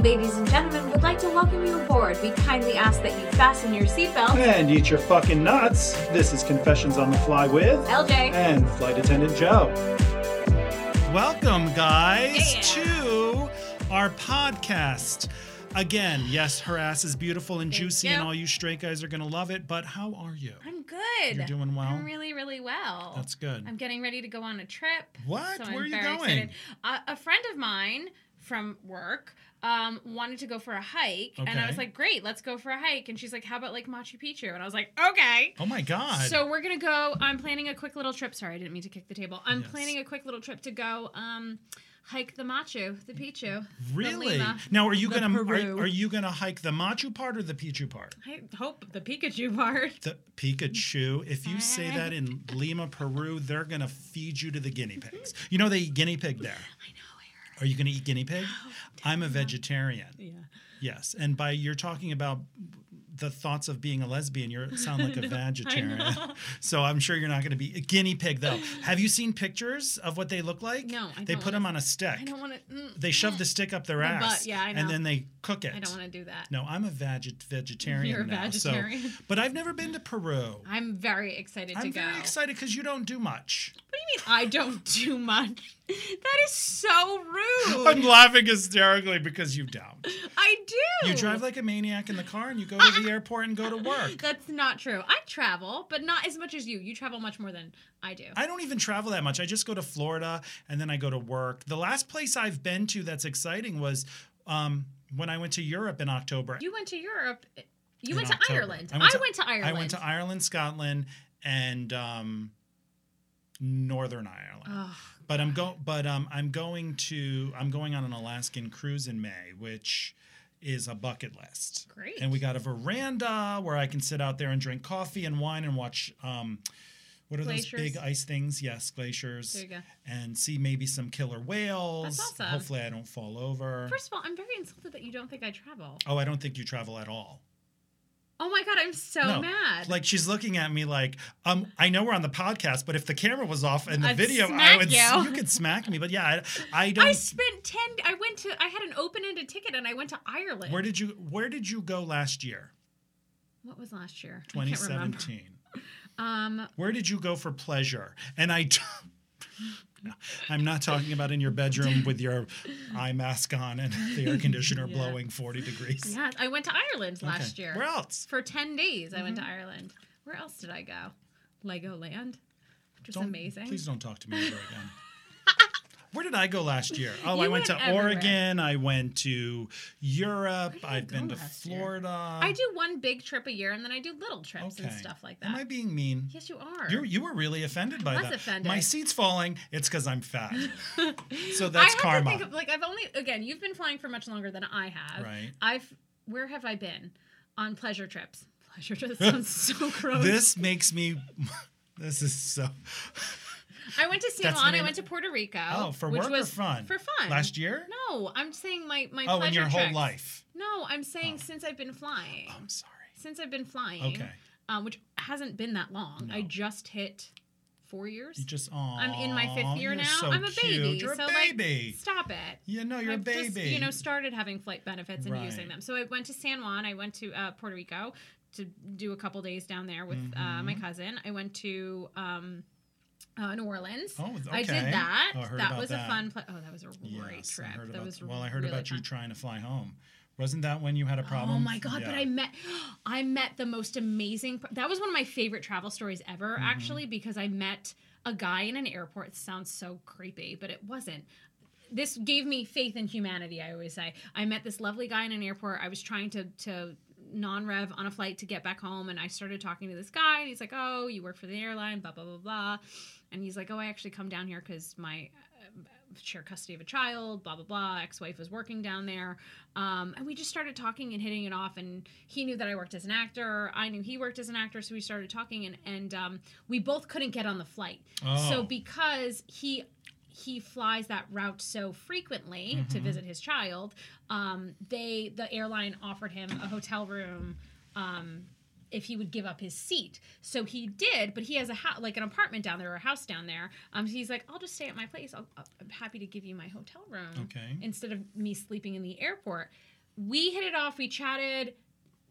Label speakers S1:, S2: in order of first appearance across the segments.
S1: ladies and gentlemen, would like to welcome you aboard. We kindly ask that you fasten your seatbelt.
S2: And eat your fucking nuts. This is Confessions on the Fly with
S1: LJ.
S2: and Flight Attendant Joe.
S3: Welcome, guys,
S1: Yeah.
S3: to our podcast. Again, yes, her ass is beautiful and juicy, and
S1: you.
S3: all you straight guys are going to love it. But how are you?
S1: I'm good.
S3: You're doing well?
S1: I'm really, really well.
S3: That's good.
S1: I'm getting ready to go on a trip.
S3: What?
S1: So
S3: Where
S1: I'm
S3: are you
S1: very
S3: going?
S1: Excited. Uh, a friend of mine from work um, wanted to go for a hike, and I
S3: Okay.
S1: was like, "Great, let's go for a hike." And she's like, "How about like Machu Picchu?" And I was like, "Okay."
S3: oh my God.
S1: So we're gonna go. I'm planning a quick little trip. Sorry, I didn't mean to kick the table. I'm
S3: Yes.
S1: planning a quick little trip to go um, hike the Machu, the Picchu. the
S3: really?
S1: Lima.
S3: Now, are you
S1: the
S3: going to
S1: Peru.
S3: are, are you going to hike the Machu part or the Pichu part?
S1: I hope the Pikachu part.
S3: The
S1: Mm-hmm.
S3: Pikachu. If you say that in Lima, Peru, they're going to feed you to the guinea pigs. You know they eat guinea pig there.
S1: I Oh, know,
S3: Are you going to eat guinea pig? I'm a vegetarian.
S1: Aaron. Yeah.
S3: Yes, and by you're talking about the thoughts of being a lesbian, you sound like a vegetarian.
S1: know.
S3: so I'm sure you're not going to be a guinea pig though. Have you seen pictures of what they look like?
S1: No, I
S3: they
S1: don't
S3: put
S1: wanna
S3: them on a stick.
S1: I don't want to.
S3: they shove the stick up their
S1: My butt,
S3: ass,
S1: yeah, I know.
S3: and then they cook it.
S1: I don't want to do that.
S3: no, I'm a veg- vegetarian
S1: You're a
S3: now.
S1: vegetarian.
S3: So, but I've never been to Peru.
S1: I'm very excited to
S3: I'm
S1: go.
S3: very excited because you don't do much.
S1: What do you mean I don't do much? That is so
S3: I'm
S1: rude.
S3: laughing hysterically because you don't.
S1: I do.
S3: You drive like a maniac in the car, and you go to the airport and go to work.
S1: That's not true. I travel, but not as much as you. You travel much more than I do.
S3: I don't even travel that much. I just go to Florida and then I go to work. The last place I've been to that's exciting was um, when I went to Europe in October.
S1: you went to Europe. You
S3: In
S1: went to
S3: October.
S1: Ireland.
S3: I
S1: I
S3: went
S1: went
S3: to-
S1: to, Ireland.
S3: I went to Ireland, Scotland, and um, Northern Ireland.
S1: Ugh.
S3: but I'm go but um, I'm going to I'm going on an Alaskan cruise in May, which is a bucket list.
S1: Great.
S3: And we got a veranda where I can sit out there and drink coffee and wine and watch um, what are
S1: Glaciers.
S3: those big ice things? Yes, glaciers.
S1: There you go.
S3: and see maybe some killer whales.
S1: That's awesome.
S3: Hopefully, I don't fall over.
S1: First of all, I'm very insulted that you don't think I travel.
S3: oh, I don't think you travel at all.
S1: Oh my god, I'm so
S3: No,
S1: mad.
S3: Like she's looking at me like, um, I know we're on the podcast, but if the camera was off and the
S1: I'd
S3: video, I
S1: smack
S3: would
S1: you.
S3: you could smack me. But yeah, I, I don't.
S1: I spent ten. I went to. I had an open-ended ticket, and I went to Ireland.
S3: where did you Where did you go last year,
S1: What was last year? I can't remember.
S3: 2017?
S1: Um,
S3: Where did you go for pleasure? And I. T- I'm not talking about in your bedroom with your eye mask on and the air conditioner
S1: Yeah.
S3: blowing 40 degrees.
S1: yeah, I went to Ireland last
S3: Okay.
S1: year.
S3: Where else? Mm-hmm.
S1: For 10 days, I went to Ireland. Where else did I go? Legoland, which was
S3: Don't-
S1: amazing.
S3: Please don't talk to me ever again. Where did I go last year? Oh, I
S1: You
S3: went,
S1: went
S3: to
S1: everywhere.
S3: Oregon. I went to Europe.
S1: did I
S3: I've
S1: go
S3: been to
S1: last year?
S3: Florida.
S1: I do one big trip a year, and then I do little trips and stuff like that.
S3: Am I being mean?
S1: yes, you are.
S3: You you were really offended by
S1: was
S3: that.
S1: offended.
S3: My seat's falling. It's because I'm fat. so that's
S1: I have
S3: karma.
S1: To think of, like I've only again, you've been flying for much longer than I have.
S3: Right.
S1: I've where have I been on pleasure trips? Pleasure trips sounds so gross.
S3: this makes me. This is so.
S1: I went to San
S3: That's the
S1: Juan. I
S3: name-
S1: went to Puerto Rico.
S3: Oh, for
S1: which
S3: work
S1: was
S3: or fun?
S1: For fun.
S3: Last year?
S1: No, I'm saying my my.
S3: oh,
S1: pleasure
S3: in your whole
S1: trips.
S3: life.
S1: No, I'm saying
S3: Oh.
S1: since I've been flying.
S3: Oh, I'm sorry.
S1: Since I've been flying.
S3: Okay.
S1: Um, which hasn't been that long. I
S3: No.
S1: just hit four years.
S3: You just.
S1: I'm in my
S3: aw,
S1: fifth year
S3: you're
S1: now.
S3: so
S1: I'm a
S3: cute.
S1: baby.
S3: You're a
S1: so
S3: baby.
S1: like, stop it.
S3: Yeah, no, you're a
S1: I've
S3: baby.
S1: just, you know, started having flight benefits and using
S3: Right.
S1: them. So I went to San Juan. I went to uh, Puerto Rico to do a couple days down there with uh,
S3: Mm-hmm.
S1: my cousin. I went to um, uh, New Orleans.
S3: Oh,
S1: I
S3: okay.
S1: did that.
S3: Oh, I heard
S1: that
S3: about
S1: was
S3: that.
S1: a fun. Pla- oh, that was a great
S3: Yes,
S1: trip.
S3: I heard
S1: that
S3: about,
S1: was
S3: well, I heard
S1: really
S3: about you
S1: fun.
S3: trying to fly home. Wasn't that when you had a problem?
S1: Oh my god! But
S3: Yeah.
S1: I met, I met the most amazing. per- That was one of my favorite travel stories ever, actually, because I met a guy in an airport. It sounds so creepy, but it wasn't. This gave me faith in humanity. I always say. I met this lovely guy in an airport. I was trying to to non-rev on a flight to get back home, and I started talking to this guy, and he's like, "Oh, you work for the airline, blah blah blah blah," and he's like, "Oh, I actually come down here because my." um, share custody of a child, blah blah blah. Ex-wife was working down there, um, and we just started talking and hitting it off. And he knew that I worked as an actor. I knew he worked as an actor, so we started talking, and and um, we both couldn't get on the flight.
S3: Oh.
S1: So because he he flies that route so frequently to visit his child, um, they the airline offered him a hotel room. Um, if he would give up his seat, so he did. But he has a house, like an apartment down there or a house down there. Um, so he's like, "I'll just stay at my place. I'll, I'm happy to give you my hotel room
S3: Okay.
S1: instead of me sleeping in the airport." we hit it off. We chatted.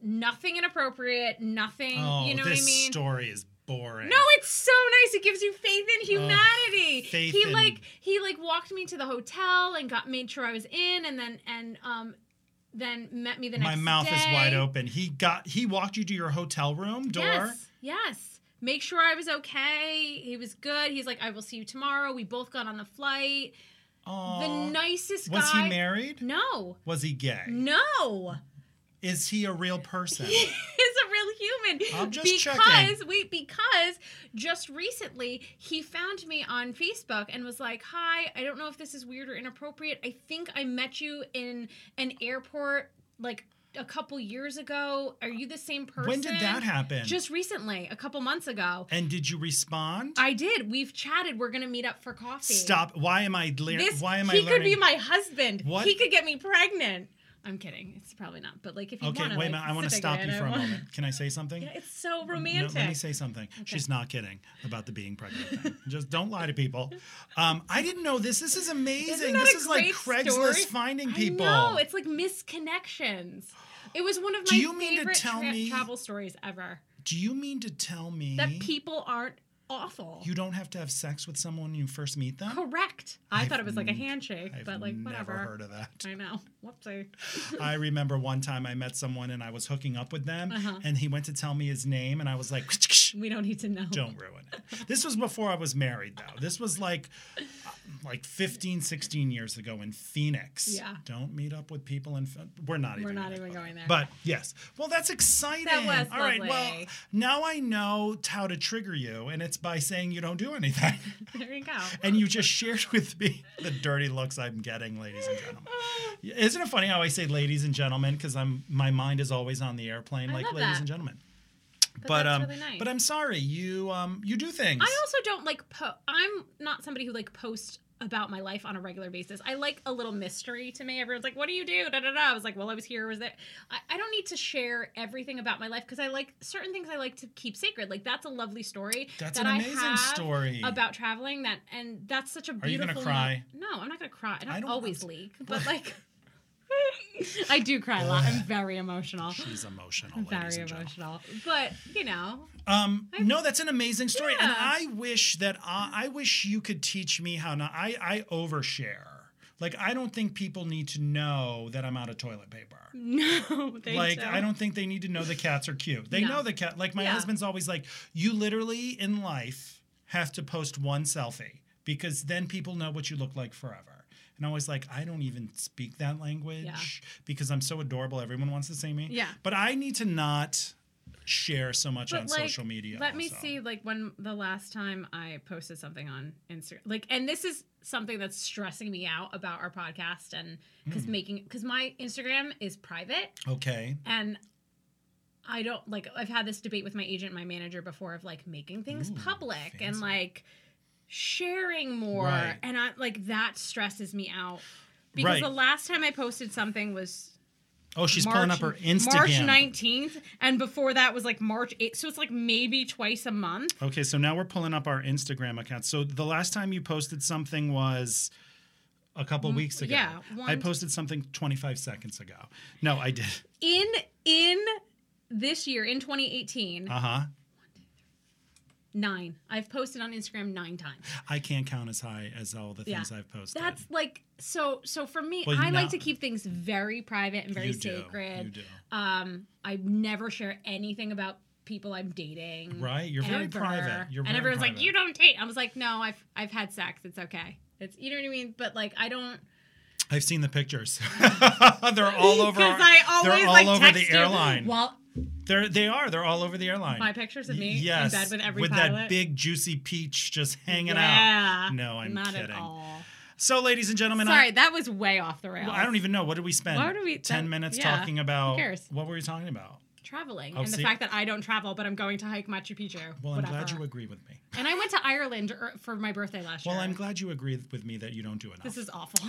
S1: Nothing inappropriate. Nothing.
S3: Oh,
S1: you know
S3: this
S1: what I mean?
S3: story is boring.
S1: No, it's so nice. It gives you faith in humanity.
S3: faith
S1: he
S3: in-
S1: like he like walked me to the hotel and got made sure I was in, and then and um then met me the next
S3: my
S1: day.
S3: mouth is wide open. He got he walked you to your hotel room door.
S1: Yes, yes. Make sure I was okay. He was good. He's like, I will see you tomorrow. We both got on the flight.
S3: Aw.
S1: The nicest
S3: was
S1: guy.
S3: he married?
S1: No,
S3: Was he gay?
S1: no.
S3: Is he a real person?
S1: is a real human.
S3: I'm just
S1: because,
S3: checking.
S1: wait, because just recently he found me on Facebook and was like, Hi, I don't know if this is weird or inappropriate. I think I met you in an airport like a couple years ago. Are you the same person?
S3: when did that happen?
S1: Just recently, a couple months ago.
S3: and did you respond?
S1: I did. We've chatted. We're gonna meet up for coffee.
S3: Stop. Why am I lear-
S1: This,
S3: why am
S1: he
S3: I learning?
S1: could be my husband.
S3: What?
S1: He could get me pregnant. I'm kidding. It's probably not. But like, if you
S3: Okay,
S1: want to,
S3: wait a
S1: like,
S3: minute. I want to
S1: sit
S3: stop
S1: again,
S3: you
S1: I
S3: for a
S1: want-
S3: moment. Can I say something?
S1: Yeah, it's so
S3: No,
S1: romantic.
S3: let me say something. She's not kidding about the being pregnant thing. Just don't lie to people. Um, I didn't know this. This is amazing.
S1: Isn't that
S3: this
S1: a
S3: is like
S1: great
S3: Craigslist
S1: story?
S3: finding people.
S1: I know it's like misconnections. It was one of my
S3: Do you mean to
S1: favorite
S3: tell
S1: tra-
S3: me-
S1: travel stories ever.
S3: Do you mean to tell me
S1: That people aren't awful.
S3: you don't have to have sex with someone when you first meet them?
S1: Correct. I
S3: I've
S1: thought it was like a
S3: n-
S1: handshake,
S3: I've
S1: but like
S3: never
S1: whatever.
S3: heard of that.
S1: I know. Whoopsie.
S3: I remember one time I met someone and I was hooking up with them,
S1: Uh-huh.
S3: and he went to tell me his name, and I was like,
S1: We don't need to know.
S3: don't ruin it. This was before I was married, though. This was like uh, like 15, 16 years ago in Phoenix.
S1: Yeah.
S3: Don't meet up with people in. Ph- We're not even.
S1: We're not
S3: gonna
S1: even
S3: go
S1: going there.
S3: But yes. Well, that's exciting.
S1: That was
S3: All right. Well,
S1: lovely.
S3: now I know how to trigger you, and it's by saying you don't do anything.
S1: there you go.
S3: and you just shared with me the dirty looks I'm getting, ladies and gentlemen. Isn't it funny how I say ladies and gentlemen because I'm my mind is always on the airplane,
S1: I
S3: like
S1: love
S3: ladies
S1: that.
S3: and gentlemen. But,
S1: that's
S3: um,
S1: really nice.
S3: but I'm sorry, you um, you do things.
S1: I also don't like po- I'm not somebody who like posts about my life on a regular basis. I like a little mystery to me. Everyone's like, "What do you do?" Da da da. I was like, "Well, I was here. Was that?" I, I don't need to share everything about my life because I like certain things. I like to keep sacred. Like that's a lovely story.
S3: That's
S1: that
S3: an
S1: I
S3: amazing
S1: have
S3: story.
S1: about traveling. That and that's such a
S3: Are you
S1: beautiful.
S3: gonna
S1: mo-
S3: cry?
S1: No, I'm not gonna cry. I don't,
S3: I don't
S1: always
S3: want
S1: leak, but like. I do cry a lot. I'm very emotional.
S3: She's emotional,
S1: Very
S3: ladies and gentlemen.
S1: emotional. But, you know,
S3: Um, no, that's an amazing story, and
S1: Yeah.
S3: I wish that I, I wish you could teach me how not. I I overshare. Like I don't think people need to know that I'm out of toilet paper.
S1: no, they
S3: like
S1: don't.
S3: I don't think they need to know the cats are cute. They
S1: No.
S3: know the cat. Like my
S1: Yeah.
S3: husband's always like, you literally in life have to post one selfie because then people know what you look like forever. And I was like, I don't even speak that language because I'm so adorable. Everyone wants to see me.
S1: Yeah.
S3: But I need to not share so much on social media.
S1: Let me
S3: also.
S1: see, like when the last time I posted something on Instagram, like, and this is something that's stressing me out about our podcast, and
S3: Hmm.
S1: because making because my Instagram is private,
S3: Okay.
S1: and I don't like I've had this debate with my agent, and my manager before of like making things
S3: Ooh,
S1: public and
S3: fancy.
S1: like sharing more,
S3: Right.
S1: and I like that stresses me out because
S3: Right.
S1: the last time I posted something was
S3: Oh, she's
S1: March,
S3: pulling up her Instagram.
S1: March 19th, and before that was like March 8th. So it's like maybe twice a month.
S3: Okay, so now we're pulling up our Instagram account. So the last time you posted something was a couple weeks ago.
S1: Mm, yeah, one-
S3: I posted something 25 seconds ago. No, I did.
S1: In in this year, in 2018,
S3: Uh huh.
S1: nine. I've posted on Instagram nine times.
S3: I can't count as high as all the
S1: Yeah.
S3: things I've posted.
S1: That's like so so for me,
S3: Well, you
S1: I like
S3: know-
S1: to keep things very private and very
S3: you do,
S1: sacred.
S3: you do.
S1: Um I never share anything about people I'm dating.
S3: Right, you're very
S1: ever.
S3: private. You're
S1: and
S3: very
S1: everyone's like,
S3: private.
S1: "You don't date." I was like, "No, I've I've had sex. It's okay." It's you know what I mean, but like I don't
S3: I've seen the pictures. they're all over. Our,
S1: because I always
S3: they're all
S1: like
S3: over the
S1: text you
S3: airline.
S1: while
S3: They're they are. They're all over the airline.
S1: my pictures of
S3: Y-
S1: me
S3: yes,
S1: in bed with every
S3: with
S1: pilot.
S3: that big juicy peach just hanging
S1: yeah.
S3: out. No, I'm
S1: not
S3: kidding.
S1: at all.
S3: So, ladies and gentlemen, I,
S1: Sorry, that was way off the rails.
S3: Well, I don't even know. What did we spend?
S1: Why do we-
S3: Ten
S1: that-
S3: minutes
S1: yeah.
S3: talking about.
S1: Who cares?
S3: What were we talking about?
S1: traveling
S3: Oh,
S1: and the
S3: see-
S1: fact that I don't travel, but I'm going to hike Machu Picchu.
S3: Well, I'm
S1: whatever.
S3: glad you agree with me.
S1: And I went to Ireland er- for my birthday last
S3: Well,
S1: year.
S3: I'm glad you agree with me that you don't do enough.
S1: This is awful.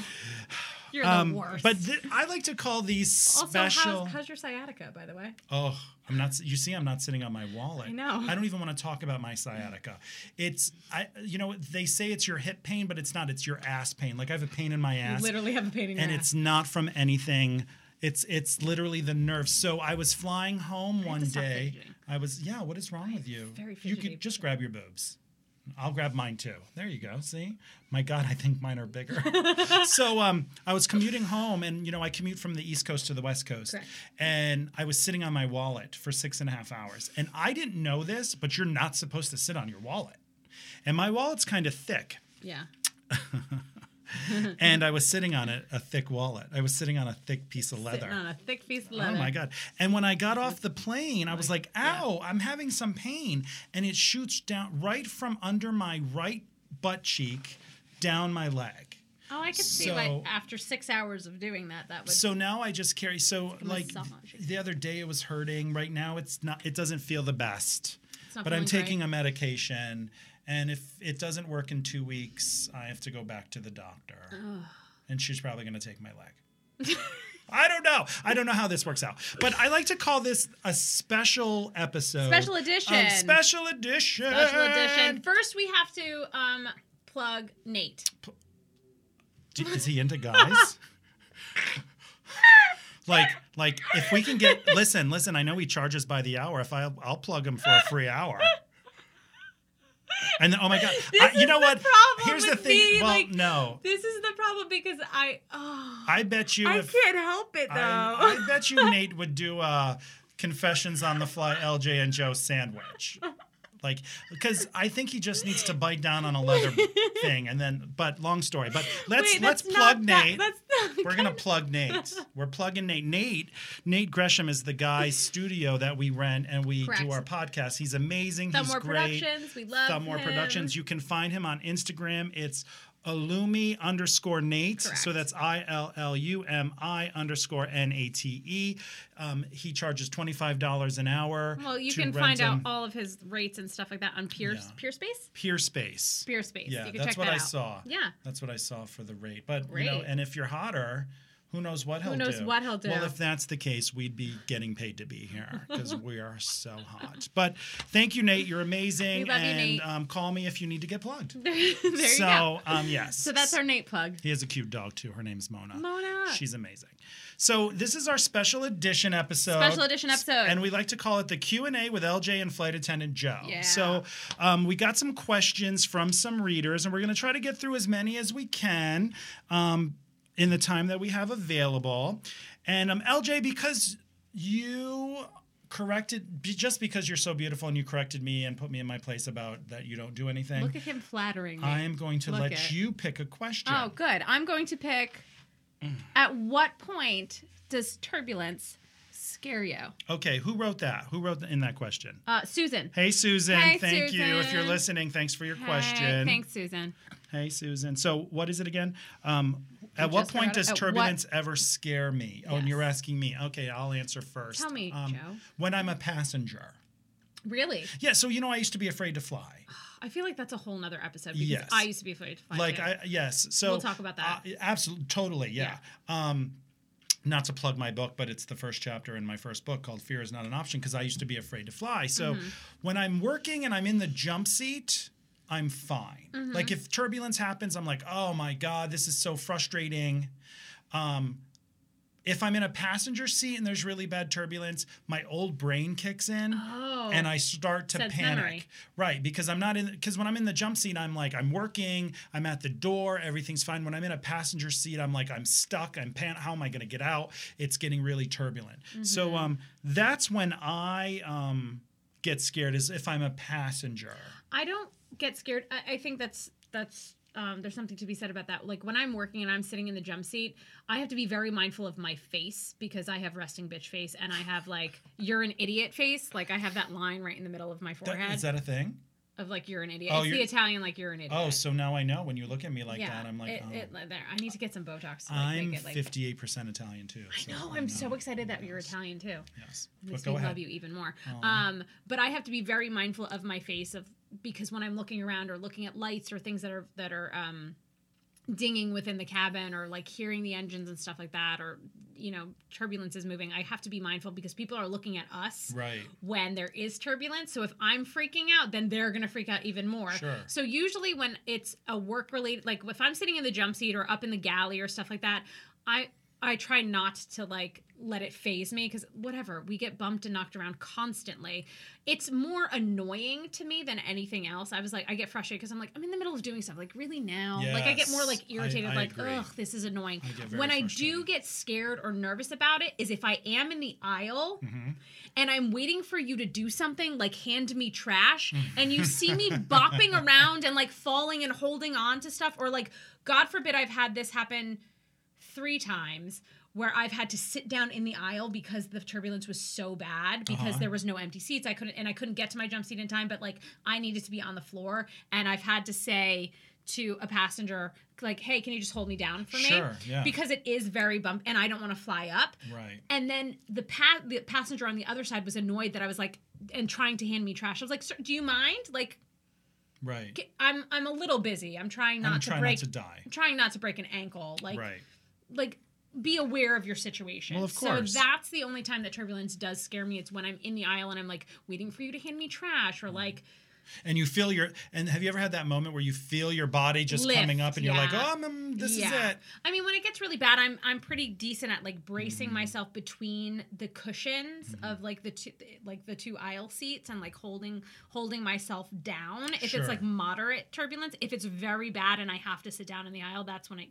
S1: You're
S3: um,
S1: the worst.
S3: but th- I like to call these
S1: also,
S3: special.
S1: how's, how's your sciatica, by the way?
S3: oh, I'm not. You see, I'm not sitting on my wallet.
S1: I know.
S3: I don't even want to talk about my sciatica. It's I. You know, they say it's your hip pain, but it's not. It's your ass pain. Like I have a pain in my
S1: You
S3: ass,
S1: literally have a pain in your
S3: and
S1: ass.
S3: it's not from anything. It's it's literally the nerves. So I was flying home
S1: to
S3: one
S1: stop
S3: day.
S1: fidgeting.
S3: I was yeah. What is wrong with you?
S1: very
S3: you
S1: fidgety.
S3: could just grab your boobs. I'll grab mine too. There you go. See, my God, I think mine are bigger. so um, I was commuting home, and you know I commute from the East Coast to the West Coast,
S1: Correct.
S3: and I was sitting on my wallet for six and a half hours, and I didn't know this, but you're not supposed to sit on your wallet, and my wallet's kind of thick,
S1: Yeah.
S3: and
S1: Mm-hmm.
S3: I was sitting on a, a thick wallet. I was sitting on a thick piece of leather.
S1: Sitting on a thick piece of
S3: Oh
S1: leather. Mm-hmm.
S3: my god! And when I got off the plane, I was like, "Ow, I'm having some pain," and it shoots down right from under my right butt cheek down my leg.
S1: Oh, I could see
S3: So-
S1: why after six hours of doing that, that was.
S3: So now I just carry. So like
S1: massage.
S3: the other day, it was hurting. Right now, it's not. It doesn't feel the best.
S1: not
S3: But I'm
S1: feeling
S3: taking
S1: great.
S3: a medication, and if it doesn't work in two weeks, I have to go back to the doctor, and she's probably going to take my leg. I don't know. I don't know how this works out. But I like to call this a special episode.
S1: Special
S3: of
S1: edition.
S3: Special edition.
S1: special edition. First, we have to um, plug Nate.
S3: D- Is he into guys? like, like if we can get listen, listen. I know he charges by the hour. If I, I'll plug him for a free hour. And then, oh my god,
S1: This
S3: I- you
S1: is
S3: know
S1: the
S3: what?
S1: problem
S3: Here's the
S1: with
S3: thing.
S1: me,
S3: well,
S1: like-
S3: no,
S1: This is the problem because I. Oh,
S3: I bet you.
S1: I
S3: if,
S1: can't help it though.
S3: I, I bet you Nate would do a confessions on the fly LJ and Joe sandwich. Like, because I think he just needs to bite down on a leather thing, and then. But long story. But let's
S1: Wait,
S3: let's
S1: that's not
S3: plug
S1: that-
S3: Nate.
S1: that's not
S3: We're gonna plug Nate. We're plugging Nate. Nate Nate Gresham is the guy studio that we rent and we
S1: Correct.
S3: do our podcast. He's amazing.
S1: Thumb
S3: He's
S1: War
S3: great.
S1: Productions. We love
S3: Thumbmore
S1: him.
S3: Productions. You can find him on Instagram. It's Illumi underscore Nate. So
S1: Correct.
S3: that's I L L U M I underscore N A T E. Um, he charges twenty five dollars an hour.
S1: Well, you
S3: to
S1: can
S3: rent
S1: find out
S3: him.
S1: all of his rates and stuff like that on Peer
S3: Yeah.
S1: Peer Space.
S3: Peer Space.
S1: Peer Space.
S3: Yeah,
S1: you can
S3: that's
S1: check
S3: what
S1: that
S3: I
S1: out.
S3: saw.
S1: Yeah.
S3: That's what I saw for the rate. But you know,
S1: Great.
S3: and if you're hotter, who knows what he'll do?
S1: knows what he'll do.
S3: Well, if that's the case, we'd be getting paid to be here because we are so hot. But thank you, Nate. You're amazing.
S1: We love you,
S3: and
S1: Nate.
S3: Um, call me if you need to get plugged.
S1: there you
S3: so
S1: go.
S3: um yes.
S1: So that's our Nate plug.
S3: He has a cute dog too. Her name's Mona.
S1: Mona.
S3: She's amazing. So this is our special edition episode.
S1: Special edition episode.
S3: and we like to call it the Q and A with LJ and flight attendant Joe.
S1: Yeah.
S3: So um, we got some questions from some readers, and we're going to try to get through as many as we can um, in the time that we have available. And um, LJ, because you corrected be- just because you're so beautiful and you corrected me and put me in my place about that you don't do anything.
S1: Look at him flattering me.
S3: I am going to
S1: Look
S3: let
S1: at-
S3: you pick a question.
S1: Oh, good. I'm going to pick.
S3: Mm.
S1: At what point does turbulence scare you?
S3: Okay, who wrote that? Who wrote in that question?
S1: Uh, Susan.
S3: Hey Susan,
S1: Hey,
S3: thank you. If you're
S1: Susan.
S3: listening, thanks for your
S1: Hey,
S3: question.
S1: thanks, Susan.
S3: Hey Susan. So what is it again? Um, at what
S1: just
S3: point
S1: forgot it.
S3: does
S1: At what-
S3: turbulence ever scare me? Oh, and
S1: Yes.
S3: you're asking me. Okay, I'll answer first.
S1: Tell me,
S3: um,
S1: Joe.
S3: When I'm a passenger.
S1: Really?
S3: Yeah, so you know I used to be afraid to fly.
S1: I feel like that's a whole nother episode because
S3: Yes.
S1: I used to be afraid to fly.
S3: like
S1: too.
S3: I yes. So
S1: We'll talk about that.
S3: absolutely, totally. Yeah. Um, not to plug my book, but it's the first chapter in my first book called "Fear Is Not an Option" because I used to be afraid to fly. So
S1: Mm-hmm.
S3: when I'm working and I'm in the jump seat. I'm fine.
S1: Mm-hmm.
S3: Like if turbulence happens, I'm like, oh my God, this is so frustrating. Um, if I'm in a passenger seat and there's really bad turbulence, my old brain kicks in
S1: Oh.
S3: and I start to
S1: Sense
S3: panic.
S1: memory.
S3: Right, because I'm not in because when I'm in the jump seat, I'm like I'm working, I'm at the door, everything's fine. When I'm in a passenger seat, I'm like I'm stuck, I'm pan how am I going to get out? It's getting really turbulent.
S1: Mm-hmm.
S3: So um that's when I um get scared is if I'm a passenger.
S1: I don't get scared. I, I think that's that's um, there's something to be said about that. Like when I'm working and I'm sitting in the jump seat, I have to be very mindful of my face because I have resting bitch face and I have like you're an idiot face. Like I have that line right in the middle of my
S3: That-
S1: forehead
S3: Is that a thing?
S1: of like you're an idiot.
S3: Oh,
S1: it's the
S3: you're-
S1: Italian like you're an idiot.
S3: Oh, so now I know when you look at me like
S1: yeah.
S3: that, I'm like
S1: it,
S3: oh,
S1: it, like, there. I need to get some Botox. To, like,
S3: I'm
S1: make it, like,
S3: 58% Italian too. so
S1: No,
S3: I
S1: I'm so
S3: know.
S1: excited that you're Italian too.
S3: Yes.
S1: It
S3: But
S1: makes
S3: go
S1: me
S3: ahead.
S1: love you even more. Um, but I have to be very mindful of my face of because when I'm looking around or looking at lights or things that are that are um, dinging within the cabin or like hearing the engines and stuff like that or you know turbulence is moving, I have to be mindful because people are looking at us
S3: Right.
S1: when there is turbulence. So if I'm freaking out, then they're going to freak out even more.
S3: Sure.
S1: So usually when it's a work related, like if I'm sitting in the jump seat or up in the galley or stuff like that, I I try not to like let it phase me because whatever we get bumped and knocked around constantly. It's more annoying to me than anything else. I was like, I get frustrated because I'm like, I'm in the middle of doing stuff. Like, really now? Like, I get more
S3: Yes,
S1: like
S3: I-
S1: irritated.
S3: I
S1: like,
S3: agree.
S1: ugh, this is annoying.
S3: I get very
S1: when I do
S3: frustrated.
S1: get scared or nervous about it, is if I am in the aisle
S3: Mm-hmm.
S1: and I'm waiting for you to do something like hand me trash,
S3: Mm.
S1: and you see me bopping around and like falling and holding on to stuff, or like, God forbid, I've had this happen three times where I've had to sit down in the aisle because the turbulence was so bad because
S3: Uh-huh.
S1: there was no empty seats. I couldn't and I couldn't get to my jump seat in time, but like I needed to be on the floor and I've had to say to a passenger like, "Hey, can you just hold me down for me?"
S3: Sure, yeah.
S1: Because it is very bump and I don't want to fly up.
S3: Right.
S1: And then the pa- the passenger on the other side was annoyed that I was like and trying to hand me trash. I was like, Sir, "Do you mind? Like
S3: Right.
S1: I'm I'm a little busy. I'm trying not
S3: I'm
S1: to
S3: trying
S1: break
S3: not to die.
S1: I'm trying not to break an ankle." Like
S3: right.
S1: like be aware of your situation.
S3: Well, of course.
S1: So that's the only time that turbulence does scare me. It's when I'm in the aisle and I'm like waiting for you to hand me trash
S3: Mm.
S1: or like
S3: And you feel your and have you ever had that moment where you feel your body just
S1: Lift,
S3: coming up and you're like,
S1: yeah.
S3: oh, I'm, I'm- this
S1: yeah.
S3: is it.
S1: I mean, when it gets really bad, I'm I'm pretty decent at like bracing
S3: Mm-hmm.
S1: myself between the cushions of like the two like the two aisle seats and like holding holding myself down. If
S3: Sure.
S1: it's like moderate turbulence, if it's very bad and I have to sit down in the aisle, that's when I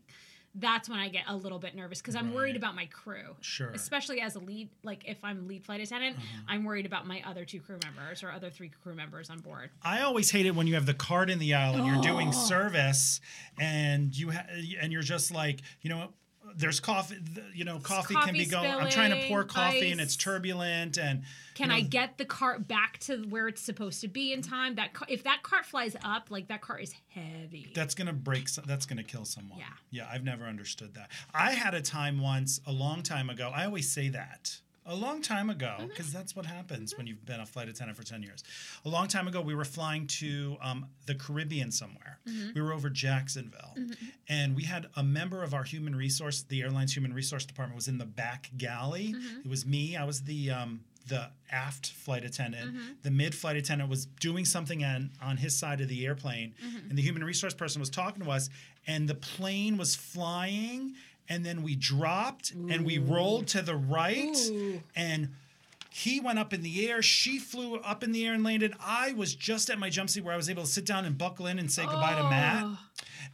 S1: that's when I get a little bit nervous because I'm worried
S3: Right.
S1: about my crew.
S3: Sure. Mm-hmm.
S1: especially as a lead like if i'm lead flight attendant i'm worried about my other two crew members or other three crew members on board
S3: I always hate it when you have the card in the aisle and you're doing
S1: Oh.
S3: service and you ha- and you're just like, you know, there's coffee, th- you know, coffee, can be
S1: coffee
S3: going. I'm trying to
S1: spilling,
S3: pour coffee and
S1: ice.
S3: it's turbulent and
S1: can
S3: you
S1: i
S3: know,
S1: get the cart back to where it's supposed to be in time that car- if that cart flies up like that cart is heavy
S3: That's gonna break. Some, that's gonna kill someone.
S1: Yeah.
S3: Yeah. I've never understood that. I had a time once, a long time ago. I always say that. A long time ago, because that's what happens when you've been a flight attendant for 10 years. A long time ago, we were flying to um, the Caribbean somewhere. We were over Jacksonville. And we had a member of our human resource, the airline's human resource department, was in the back galley. It was me. I was the um, the aft flight attendant,
S1: Mm-hmm.
S3: the mid flight attendant was doing something on, on his side of the airplane,
S1: Mm-hmm.
S3: and the human resource person was talking to us, and the plane was flying, and then we dropped and we rolled to the right,
S1: Ooh.
S3: and he went up in the air, she flew up in the air and landed. I was just at my jump seat where I was able to sit down and buckle in and say goodbye to Matt.
S1: Oh.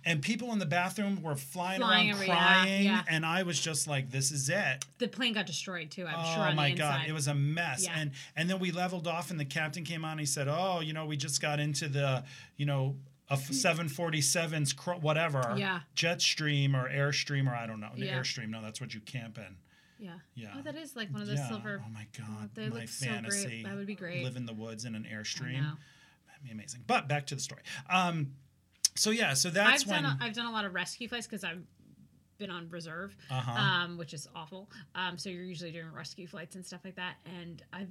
S3: And people in the bathroom were flying,
S1: Flying
S3: around
S1: around,
S3: crying,
S1: yeah.
S3: and I was just like, this is it
S1: the plane got destroyed too i'm
S3: oh
S1: sure on
S3: my
S1: the inside
S3: god it was a mess
S1: Yeah.
S3: and and then we leveled off and the captain came on and he said oh you know we just got into the you know a f- 747's cr- whatever
S1: Hmm. Yeah.
S3: jet stream or airstream or i don't know
S1: Yeah.
S3: airstream no that's what you camp in
S1: yeah
S3: yeah
S1: oh that is like one of those
S3: yeah.
S1: silver
S3: oh my god
S1: they
S3: my
S1: look so great.
S3: fantasy
S1: That would be great.
S3: live in the woods in an airstream
S1: know.
S3: that'd be amazing but back to the story um so yeah so that's
S1: I've
S3: when
S1: done a, I've done a lot of rescue flights because I've been on reserve,
S3: Uh-huh.
S1: um, which is awful. Um, so you're usually doing rescue flights and stuff like that, and I've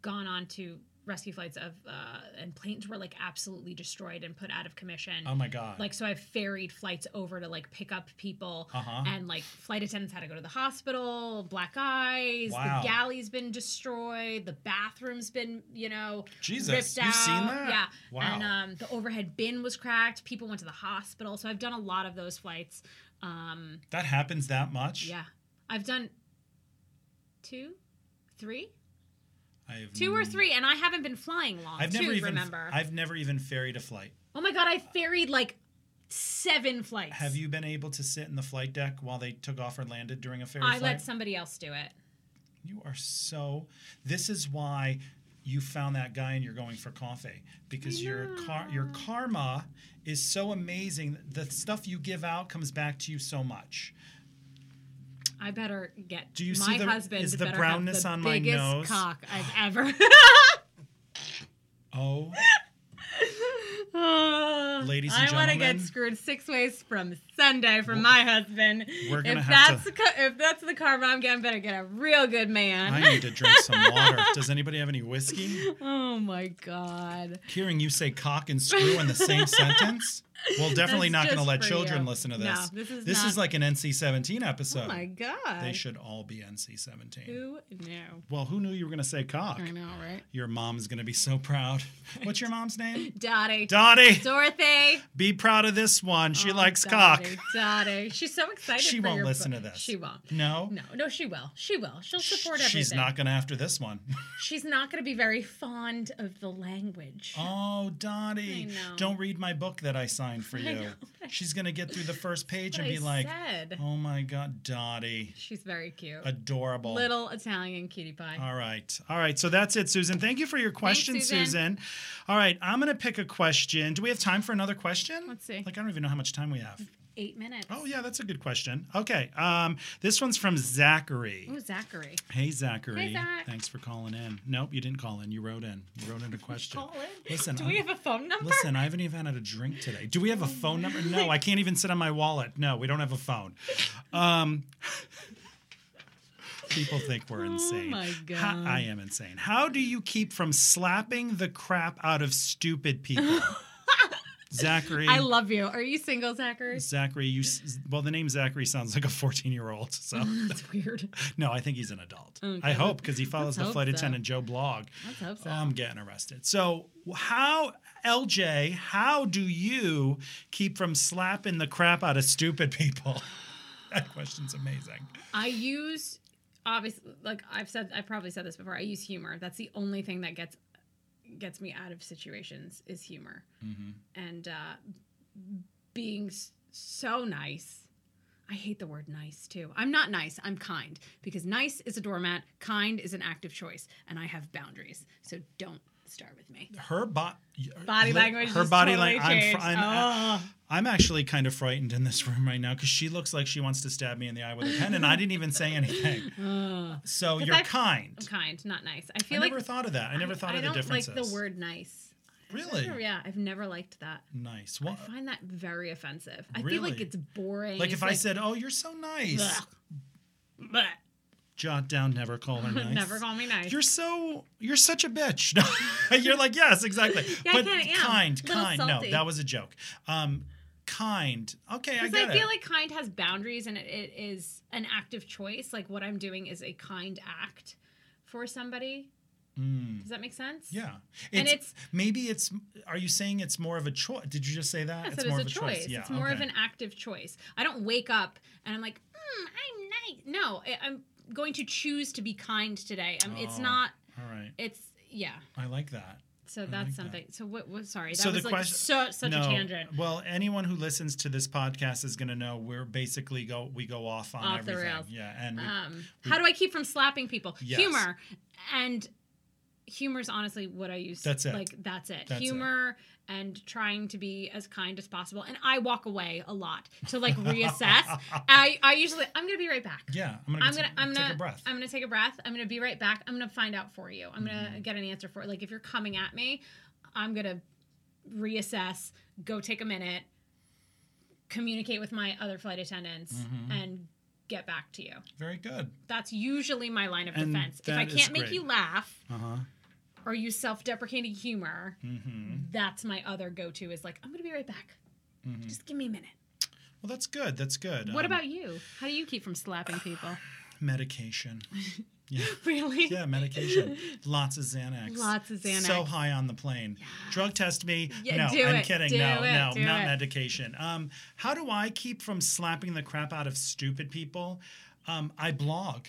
S1: gone on to rescue flights of uh, and planes were like absolutely destroyed and put out of commission.
S3: oh my god
S1: like so, I've ferried flights over to like pick up people,
S3: Uh-huh.
S1: and like flight attendants had to go to the hospital. Black eyes.
S3: Wow.
S1: The galley's been destroyed. The bathroom's been you know
S3: jesus
S1: ripped
S3: you've
S1: out.
S3: seen that
S1: Yeah.
S3: wow
S1: And um, the overhead bin was cracked. People went to the hospital. So I've done a lot of those flights. Um,
S3: that happens that much
S1: yeah. I've done two, three,
S3: I have
S1: two or three, and I haven't been flying long.
S3: Mm. I've never
S1: too,
S3: even
S1: remember.
S3: I've never even ferried a flight.
S1: oh my god, I ferried like seven flights.
S3: Have you been able to sit in the flight deck while they took off or landed during a ferry
S1: I
S3: flight?
S1: let somebody else do it.
S3: you are so. This is why you found that guy and you're going for coffee because your car your karma is so amazing. The stuff you give out comes back to you so much.
S1: I better get
S3: Do you
S1: my
S3: see the-
S1: husband
S3: is the
S1: better have
S3: brownness
S1: the
S3: on my
S1: biggest
S3: nose?
S1: cock I've ever.
S3: Oh, Ladies and
S1: I wanna
S3: gentlemen.
S1: get screwed six ways from Sunday from my husband.
S3: we're gonna
S1: if
S3: have
S1: that's
S3: to-
S1: the co- if that's the karma I'm getting, better get a real good man.
S3: I need to drink some water. Does anybody have any whiskey?
S1: oh my god.
S3: Hearing you say cock and screw in the same sentence. Well, definitely not
S1: That's
S3: going to
S1: just
S3: let
S1: for
S3: children
S1: you.
S3: listen to
S1: No,
S3: this.
S1: this is
S3: this
S1: not-
S3: is like an NC-17 episode.
S1: Oh my god.
S3: Uh, They should all be NC-17.
S1: Who knew?
S3: Well, who knew you were going to say cock?
S1: I know, right?
S3: Your mom's going to be so proud. What's your mom's name?
S1: Dottie.
S3: Dottie.
S1: Dorothy.
S3: Be proud of this one. She
S1: Oh,
S3: likes
S1: Dottie,
S3: cock.
S1: Dottie. She's so excited.
S3: She
S1: for
S3: won't
S1: your
S3: listen
S1: book.
S3: to this.
S1: She won't.
S3: No.
S1: No, no, she will. She will. She'll support everything.
S3: She's not going to after this one.
S1: She's not going to be very fond of the language.
S3: Oh, Dottie.
S1: I know.
S3: Don't read my book that I signed for you.
S1: know.
S3: She's going to get through the first page
S1: But
S3: and be
S1: I
S3: like,
S1: said.
S3: oh my God, Dottie.
S1: She's very cute.
S3: Adorable.
S1: Little Italian cutie pie.
S3: All right. All right. So that's it, Susan. Thank you for your question,
S1: Susan.
S3: Susan. All right. I'm going to pick a question. Do we have time for another question?
S1: Let's see. Mm.
S3: Like, I don't even know how much time we have.
S1: Eight minutes.
S3: Oh, yeah. That's a good question. Okay. Um, this one's from Zachary.
S1: Ooh, Zachary.
S3: Hey, Zachary.
S1: Mm. Hey, Zach.
S3: Thanks for calling in. Nope, you didn't call in. You wrote in. You wrote in a question.
S1: Call it.
S3: Listen,
S1: Do
S3: I'm-
S1: we have a phone number?
S3: Listen, I haven't even had a drink today. Do we have a
S1: Oh,
S3: phone number? No, I can't even sit on my wallet. No, we don't have a phone. Um, people think we're insane.
S1: Oh my God.
S3: Ha- I am insane. How do you keep from slapping the crap out of stupid people? Zachary.
S1: I love you. Are you single, Zachary?
S3: Zachary, you s- well, the name Zachary sounds like a 14 year old. So,
S1: That's weird.
S3: no, I think he's an adult. I
S1: Okay.
S3: hope because he follows
S1: Let's
S3: the
S1: hope
S3: flight
S1: so.
S3: attendant Joe blog.
S1: Let's hope so.
S3: I'm getting arrested. So how LJ, how do you keep from slapping the crap out of stupid people? that question's amazing.
S1: I use obviously like I've said I probably said this before. I use humor. That's the only thing that gets gets me out of situations is humor. And uh being s- so nice. I hate the word nice too. I'm not nice, I'm kind because nice is a doormat, kind is an active choice, and I have boundaries. So don't start with me.
S3: Her bo-
S1: Body language
S3: Her
S1: just
S3: body
S1: totally
S3: language. I'm,
S1: changed. Oh.
S3: fr- I'm, I'm actually kind of frightened in this room right now because she looks like she wants to stab me in the eye with a pen, and I didn't even say anything. so you're
S1: I-
S3: kind.
S1: I'm kind, not nice. I
S3: I
S1: feel like
S3: never thought of that. I never thought
S1: I
S3: of
S1: don't
S3: the differences.
S1: like the word nice. Oh,
S3: Really?
S1: Yeah, I've never liked that.
S3: Nice. Well,
S1: I find that very offensive. I feel like
S3: Really?
S1: it's boring.
S3: like
S1: It's
S3: if I said, "Oh, you're so nice,"
S1: "Bleh, bleh,"
S3: jot down, never call her nice.
S1: never call me nice.
S3: you're so you're such a bitch. you're like, yes, exactly.
S1: Yeah, I
S3: but
S1: kinda am.
S3: kind,
S1: Little
S3: kind. No,
S1: salty.
S3: that was a joke. Um, kind. Okay, I
S1: because
S3: get
S1: I, feel
S3: it.
S1: like kind has boundaries and it, it is an active choice. Like what I'm doing is a kind act for somebody.
S3: Mm,
S1: Does that make sense?
S3: yeah,
S1: And it's-
S3: maybe it's. Are you saying it's more of a choice? Did you just say that?
S1: I said
S3: more
S1: it's a choice.
S3: Yeah,
S1: it's more of
S3: okay.
S1: an active choice. I don't wake up and I'm like, mm, I'm nice. No, I, I'm going to choose to be kind today. Um, It's
S3: Oh.
S1: not.
S3: All right,
S1: It's yeah.
S3: I like that.
S1: So
S3: like
S1: that's
S3: that.
S1: something. So what? was sorry. That
S3: So the
S1: was like
S3: question-
S1: so, such
S3: No,
S1: a tangent.
S3: Well, anyone who listens to this podcast is going to know we're basically go we go off on
S1: Off the
S3: everything.
S1: rails.
S3: Yeah, and we-
S1: um, how do I keep from slapping people?
S3: Yes.
S1: Humor and humor's honestly what I use.
S3: That's it.
S1: Like that's it.
S3: That's it.
S1: humor and trying to be as kind as possible. And I walk away a lot to like reassess. I I usually I'm gonna be right back.
S3: yeah, I'm going
S1: I'm
S3: to
S1: gonna I'm
S3: take
S1: gonna
S3: a breath.
S1: I'm gonna take a breath. I'm gonna be right back. I'm gonna find out for you. I'm
S3: Mm-hmm.
S1: gonna get an answer for it. Like if you're coming at me, I'm gonna reassess, go take a minute, communicate with my other flight attendants,
S3: Mm-hmm.
S1: and get back to you.
S3: Very good.
S1: That's usually my line of
S3: And
S1: defense. If I
S3: that is
S1: can't make
S3: great.
S1: you laugh
S3: Uh huh.
S1: or use self-deprecating humor,
S3: hmm
S1: that's my other go-to. Is like I'm gonna be right back. Just give me a minute.
S3: Well, that's good. That's good.
S1: What
S3: Um,
S1: about you? How do you keep from slapping people?
S3: medication? Yeah.
S1: really?
S3: Yeah, medication. Lots of Xanax.
S1: Lots of Xanax.
S3: So high on the plane. Drug test me. no,
S1: Yeah, do
S3: I'm
S1: it,
S3: kidding.
S1: do
S3: no,
S1: it,
S3: no,
S1: do
S3: not
S1: it.
S3: medication. Um, how do I keep from slapping the crap out of stupid people? Um, I blog.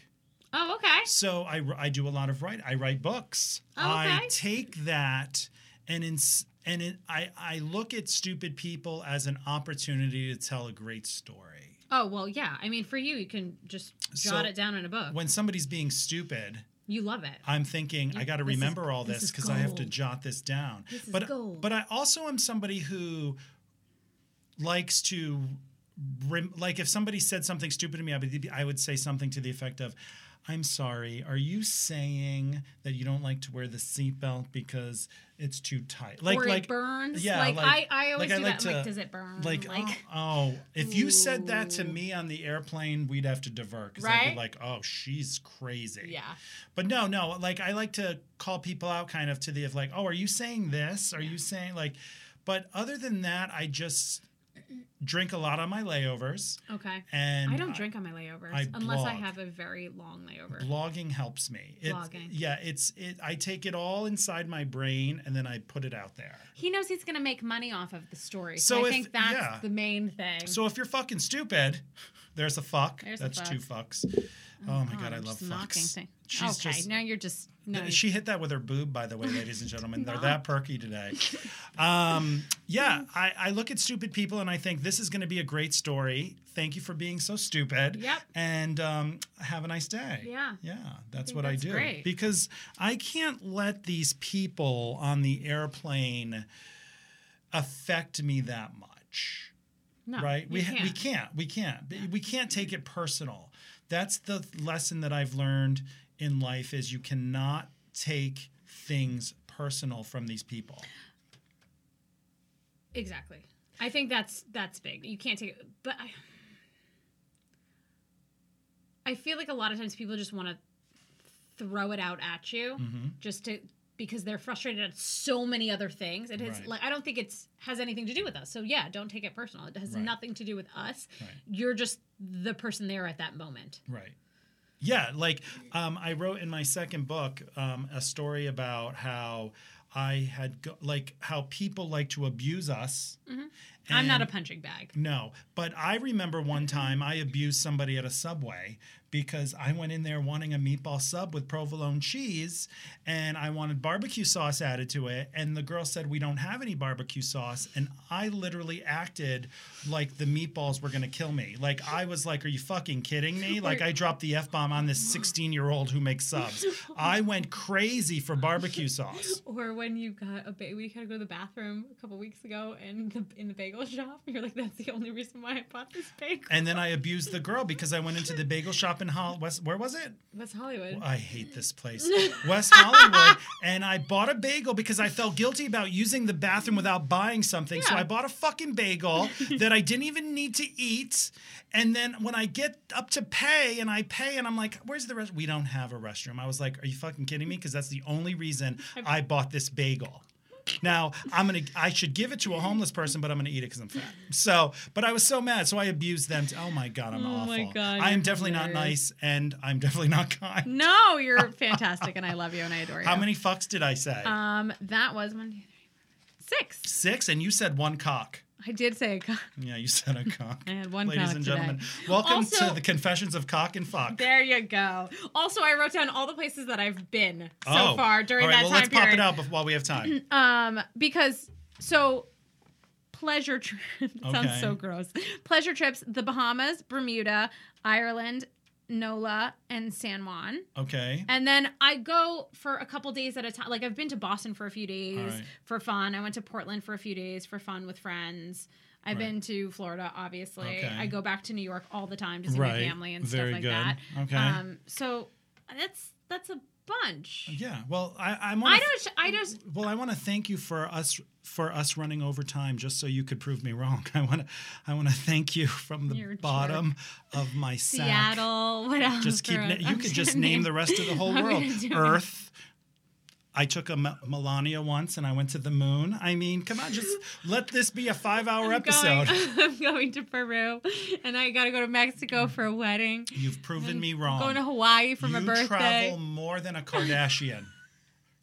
S1: Oh, okay.
S3: So I, I do a lot of write. I write books.
S1: Oh,
S3: I
S1: okay.
S3: take that and in, and it, I I look at stupid people as an opportunity to tell a great story.
S1: Oh well, yeah. I mean, for you, you can just jot
S3: So,
S1: it down in a book.
S3: When somebody's being stupid,
S1: you love it.
S3: I'm thinking I got to
S1: this is-
S3: remember all
S1: this
S3: this
S1: is
S3: because I have to
S1: gold.
S3: jot this down.
S1: This is
S3: but
S1: gold.
S3: but I also am somebody who likes to rem- like if somebody said something stupid to me, I would I would say something to the effect of. I'm sorry. Are you saying that you don't like to wear the seatbelt because it's too tight? Like,
S1: or
S3: like
S1: it burns.
S3: yeah,
S1: like,
S3: like-
S1: I, I always
S3: like I
S1: do
S3: like
S1: that. I'm like,
S3: to-
S1: does it burn?
S3: like, oh, oh, if you said that to me on the airplane, we'd have to divert because I'd be
S1: Right?
S3: like, oh, she's crazy.
S1: yeah.
S3: But no, no, like I like to call people out kind of to the of like, oh, are you saying this? Are you saying like, But other than that, I just drink a lot on my layovers.
S1: Okay.
S3: And
S1: I don't drink on my layovers
S3: I
S1: unless I
S3: blog.
S1: have a very long layover.
S3: Blogging helps me. It,
S1: Blogging.
S3: Yeah, it's it. I take it all inside my brain and then I put it out there.
S1: He knows he's going to make money off of the story. So,
S3: So
S1: I
S3: if-
S1: think that's
S3: yeah.
S1: the main thing.
S3: So if you're fucking stupid, there's a fuck.
S1: There's a
S3: That's
S1: fuck.
S3: two fucks. Oh my
S1: Oh,
S3: god, I
S1: I'm
S3: love
S1: just knocking
S3: fucks.
S1: thing-
S3: She's
S1: okay,
S3: just-
S1: now you're just no.
S3: Th- She hit that with her boob, by the way, ladies and gentlemen. They're
S1: No.
S3: that perky today. Um, yeah, I, I look at stupid people and I think this is going to be a great story. Thank you for being so stupid.
S1: Yep.
S3: And um, have a nice day.
S1: Yeah.
S3: Yeah, that's
S1: think
S3: what
S1: that's
S3: I do.
S1: great.
S3: Because I can't let these people on the airplane affect me that much
S1: no,
S3: right? We
S1: you
S3: ha- we can't we can't B- we can't take it personal. That's the lesson that I've learned in life is you cannot take things personal from these people.
S1: Exactly. I think that's that's big. You can't take it, but I, I feel like a lot of times people just want to throw it out at you
S3: Hmm.
S1: just to because they're frustrated at so many other things. It has
S3: Right.
S1: like I don't think it's has anything to do with us. So yeah, don't take it personal. It has
S3: Right.
S1: nothing to do with us.
S3: Right.
S1: You're just the person there at that moment.
S3: Right. Yeah, like um, I wrote in my second book um, a story about how I had go- like how people like to abuse us.
S1: Mm-hmm. I'm not a
S3: and-
S1: punching bag.
S3: No, but I remember one time I abused somebody at a subway because I went in there wanting a meatball sub with provolone cheese and I wanted barbecue sauce added to it. And the girl said, We don't have any barbecue sauce. And I literally acted like the meatballs were going to kill me. Like, I was like, Are you fucking kidding me? Like, I dropped the F bomb on this 16 year old who makes subs. I went crazy for barbecue sauce.
S1: Or when you got a ba- we had to go to the bathroom a couple weeks ago and the, in the bagel shop, you're like, that's the only reason why I bought this bagel.
S3: And then I abused the girl because I went into the bagel shop in Hol- West. Where was it?
S1: That's Hollywood.
S3: I hate this place, West Hollywood. And I bought a bagel because I felt guilty about using the bathroom without buying something. So
S1: Yeah.
S3: I bought a fucking bagel that I didn't even need to eat. And then when I get up to pay and I pay and I'm like, where's the rest? We don't have a restroom. I was like, are you fucking kidding me? Because that's the only reason I bought this bagel. Now I'm gonna. I should give it to a homeless person, but I'm gonna eat it because I'm fat. So, but I was so mad, so I abused them. To, oh my god, I'm
S1: Oh
S3: awful.
S1: my God,
S3: I am
S1: you're
S3: definitely not
S1: hilarious.
S3: nice, and I'm definitely not kind.
S1: no, you're fantastic and I love you and I adore you.
S3: How many fucks did I say?
S1: Um, that was one, two, three, four, five, six.
S3: Six, and you said one cock.
S1: I did say a co-
S3: Yeah, you said a cock.
S1: I had one
S3: Ladies
S1: cock
S3: and gentlemen,
S1: today.
S3: welcome
S1: Also-
S3: to the Confessions of Cock and Fuck.
S1: There you go. Also, I wrote down all the places that I've been so far during
S3: Oh, all right,
S1: that
S3: well,
S1: time
S3: let's
S1: period.
S3: pop it out bef- while we have time.
S1: Um, because so pleasure trip
S3: Okay.
S1: sounds so gross. Pleasure trips: the Bahamas, Bermuda, Ireland, NOLA, and San Juan.
S3: Okay.
S1: And then I go for a couple days at a time. Like I've been to Boston for a few days
S3: Alright.
S1: for fun. I went to Portland for a few days for fun with friends. I've
S3: Right.
S1: been to Florida, obviously.
S3: Okay.
S1: I go back to New York all the time to see my
S3: Right.
S1: family and
S3: Very
S1: stuff like
S3: good.
S1: that.
S3: Okay.
S1: Um, so that's that's a bunch.
S3: yeah. Well, I, I want.
S1: I don't. I just.
S3: Well, I want to thank you for us for us running over time, just so you could prove me wrong. I want to. I want to thank you from the
S1: You're a jerk.
S3: bottom of my sack.
S1: Seattle. What else?
S3: Just keep.
S1: We're
S3: Na-
S1: on-
S3: you
S1: I'm
S3: could
S1: gonna
S3: just name the rest of the whole
S1: I'm
S3: world.
S1: gonna do it.
S3: Earth. I took a Me- Melania once, and I went to the moon. I mean, come on, just let this be a five-hour
S1: I'm going-
S3: episode.
S1: I'm going to Peru, and I got to go to Mexico for a wedding.
S3: You've proven me wrong.
S1: Going to Hawaii for my
S3: you
S1: birthday.
S3: travel more than a Kardashian.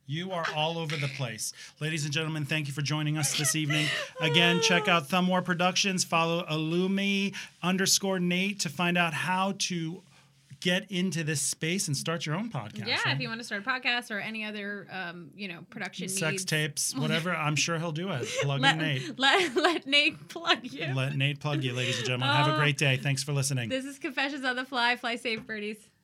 S3: You are all over the place. Ladies and gentlemen, thank you for joining us this evening. Again, check out Thumb War Productions. Follow Illumi underscore Nate to find out how to get into this space and start your own podcast.
S1: Yeah,
S3: right?
S1: if you want to start a podcast or any other, um, you know, production
S3: Sex
S1: needs.
S3: tapes, whatever. I'm sure he'll do it. Plug
S1: Let
S3: in Nate.
S1: Nate. Let, let Nate plug you.
S3: Let Nate plug you, ladies and gentlemen. Have a
S1: Oh.
S3: great day. Thanks for listening.
S1: this is Confessions on the Fly. Fly safe, birdies.